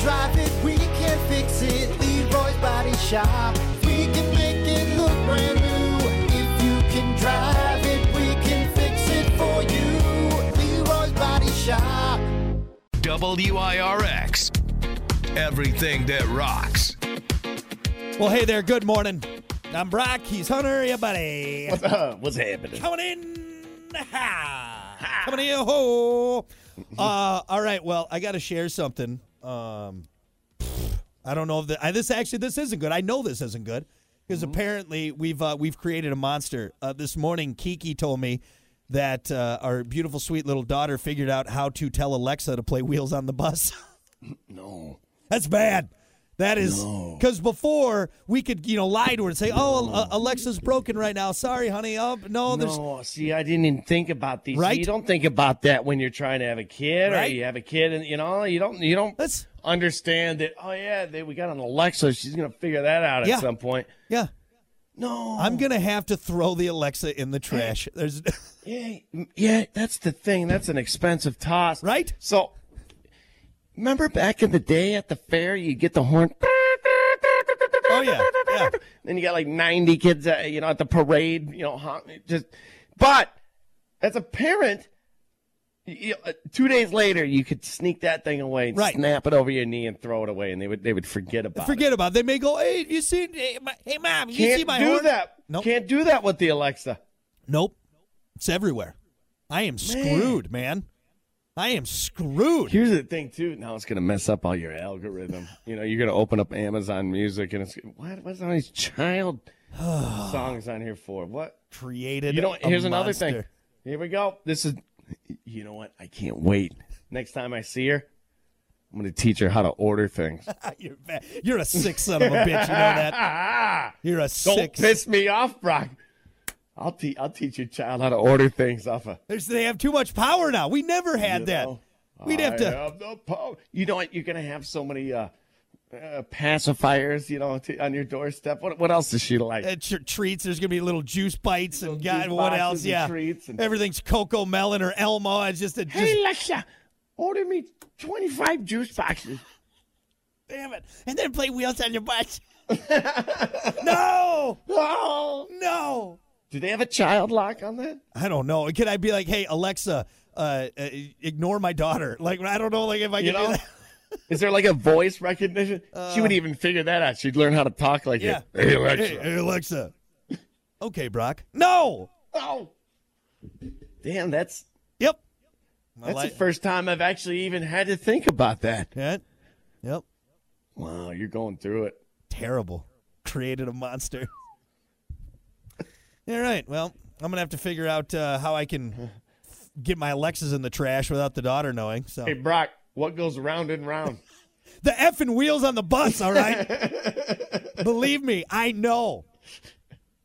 drive it, we can fix it. Leroy's Body Shop. We can make it look brand new. If you can drive it, we can fix it for you. Leroy's Body Shop. WIRX. Everything that rocks. Well, hey there. Good morning. I'm Brock. He's Hunter. Your buddy. What's up? What's happening? Coming in. Ha. Coming in. Ho. Uh, all right. Well, I got to share something. Um, I don't know if the, I, this actually this isn't good. I know this isn't good because apparently we've uh, we've created a monster. Uh, this morning, Kiki told me that uh, our beautiful, sweet little daughter figured out how to tell Alexa to play Wheels on the Bus. No. That's bad. That is because before we could, you know, lie to her and say, "Oh, uh, Alexa's broken right now. Sorry, honey. Oh, no, there's No, see, I didn't even think about these. See, Right? you don't think about that when you're trying to have a kid, Right? or you have a kid, and you know, you don't, you don't That's- understand that. Oh yeah, they, we got an Alexa. She's gonna figure that out Yeah. at some point. yeah." No, I'm gonna have to throw the Alexa in the trash. There's yeah, yeah, that's the thing. That's an expensive toss, Right? So, remember back in the day at the fair, you get the horn. oh yeah, yeah. Then you got like 90 kids, uh, you know, at the parade, you know, hon- just. But as a parent, you, uh, two days later, you could sneak that thing away, Right. snap it over your knee, and throw it away, and they would they would forget about it. Forget about. It. They may go, "Hey, you see? Hey, my, hey, mom, you Can't see my do horn?" that. Nope. Can't do that with the Alexa. Nope. It's everywhere. I am screwed, man. I am screwed. Here's the thing, too. Now it's gonna mess up all your algorithm. You know, you're gonna open up Amazon Music, and it's what? What's all these child songs on here for? What? Created. You know, what? a here's another thing. monster. Here we go. This is, you know what? I can't wait. Next time I see her, I'm going to teach her how to order things. Ah, You're, bad. You're a sick son of a bitch. You know that. Ah, You're a don't sick. piss me off, Brock. I'll, te- I'll teach your child how to order things off of. There's, they have too much power now. We never had You that. know, We'd have I to. have the power. You know what? You're going to have so many uh, uh, pacifiers, you know, t- on your doorstep. What, what else does she like? at your uh, treats, there's gonna be little juice bites and Little God, juice what boxes else? and Yeah, treats and- everything's cocoa melon or Elmo. It's just a just, hey, Alexa, order me 25 juice boxes. damn it, and then play wheels on your butt. no, Oh, no. do they have a child lock on that? I don't know. Could I be like, hey Alexa, uh, uh, ignore my daughter? Like I don't know, like if I You can do know? that. Is there like a voice recognition? she would even figure that out. She'd learn how to talk like Uh. Yeah. it. Hey, Alexa. Hey, hey Alexa. okay, Brock. No. Oh. Damn, that's Yep. that's like- the first time I've actually even had to think about that. Yeah. Yep. Wow, you're going through it. terrible. Created a monster. All right. Well, I'm gonna have to figure out uh, how I can get my Alexas in the trash without the daughter knowing. So Hey, Brock, what goes round and round? the effing wheels on the bus. All right. Believe me, I know.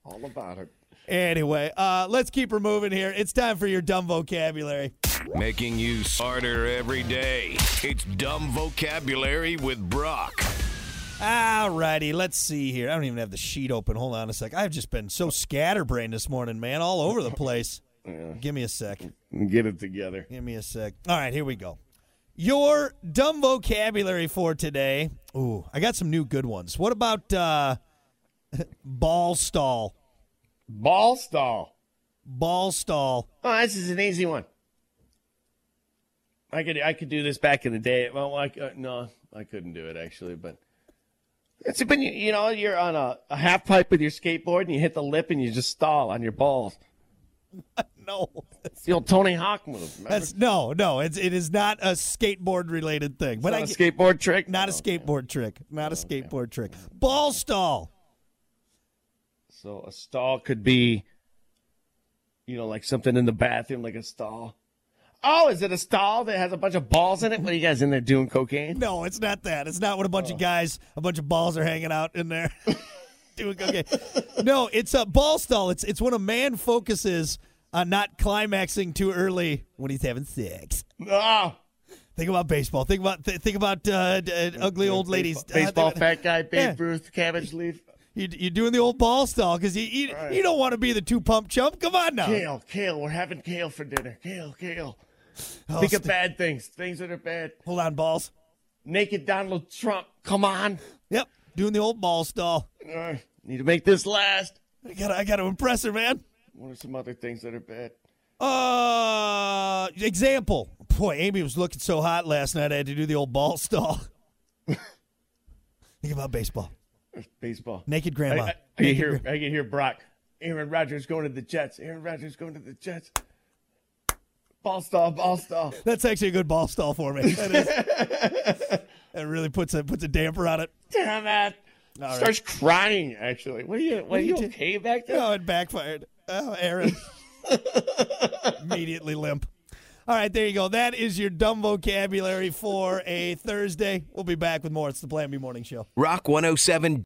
All about it. Anyway, uh, let's keep her moving here. It's time for your dumb vocabulary. Making you smarter every day. It's Dumb Vocabulary with Brock. All righty, let's see here. I don't even have the sheet open. Hold on a sec. I've just been so scatterbrained this morning, man, all over the place. Give me a sec. Get it together. Give me a sec. All right, here we go. Your dumb vocabulary for today. Ooh, I got some new good ones. What about uh, ball stall? Ball stall. Ball stall. Oh, this is an easy one. I could I could do this back in the day. Well, I, uh, no, I couldn't do it actually, but it's been you, you know you're on a, a half pipe with your skateboard and you hit the lip and you just stall on your balls. No, It's the old Tony Hawk move. Remember? that's no, no. It's it is not a skateboard related thing. But not I a get- skateboard trick. not a skateboard trick. Not a skateboard trick. Ball stall. So a stall could be, you know, like something in the bathroom, like a stall. Oh, is it a stall that has a bunch of balls in it? What are you guys in there doing cocaine? No, it's not that. It's not when a bunch Oh. of guys, a bunch of balls are hanging out in there. Doing okay. No, it's a ball stall. It's it's when a man focuses on not climaxing too early when he's having sex. Ah, Think about baseball. Think about th- think about uh, d- uh, ugly old ladies. Baseball, baseball Uh, think- fat guy, Babe Yeah. Ruth, cabbage leaf. You, you're doing the old ball stall because you you, you don't want to be the two pump chump. Come on now. Kale, kale. We're having kale for dinner. Kale, kale. Oh, Think of st- bad things, things that are bad. hold on, balls. Naked Donald Trump. Come on. Yep, doing the old ball stall. Uh, need to make this last. I gotta, I gotta impress her, man. What are some other things that are bad? Uh, example. Boy, Amy was looking so hot last night. I had to do the old ball stall. Think about baseball. Baseball. Naked I, grandma. I, I can hear. I can hear Brock. Aaron Rodgers going to the Jets. Aaron Rodgers going to the Jets. Ball stall. Ball stall. That's actually a good ball stall for me. That, is, that really puts a puts a damper on it. Damn it. Starts crying. Actually, what are you? What are you did- okay back there? Oh, it backfired. Oh, Aaron. Immediately limp. All right, there you go. That is your dumb vocabulary for a Thursday. We'll be back with more. It's the Plan B Morning Show. Rock 107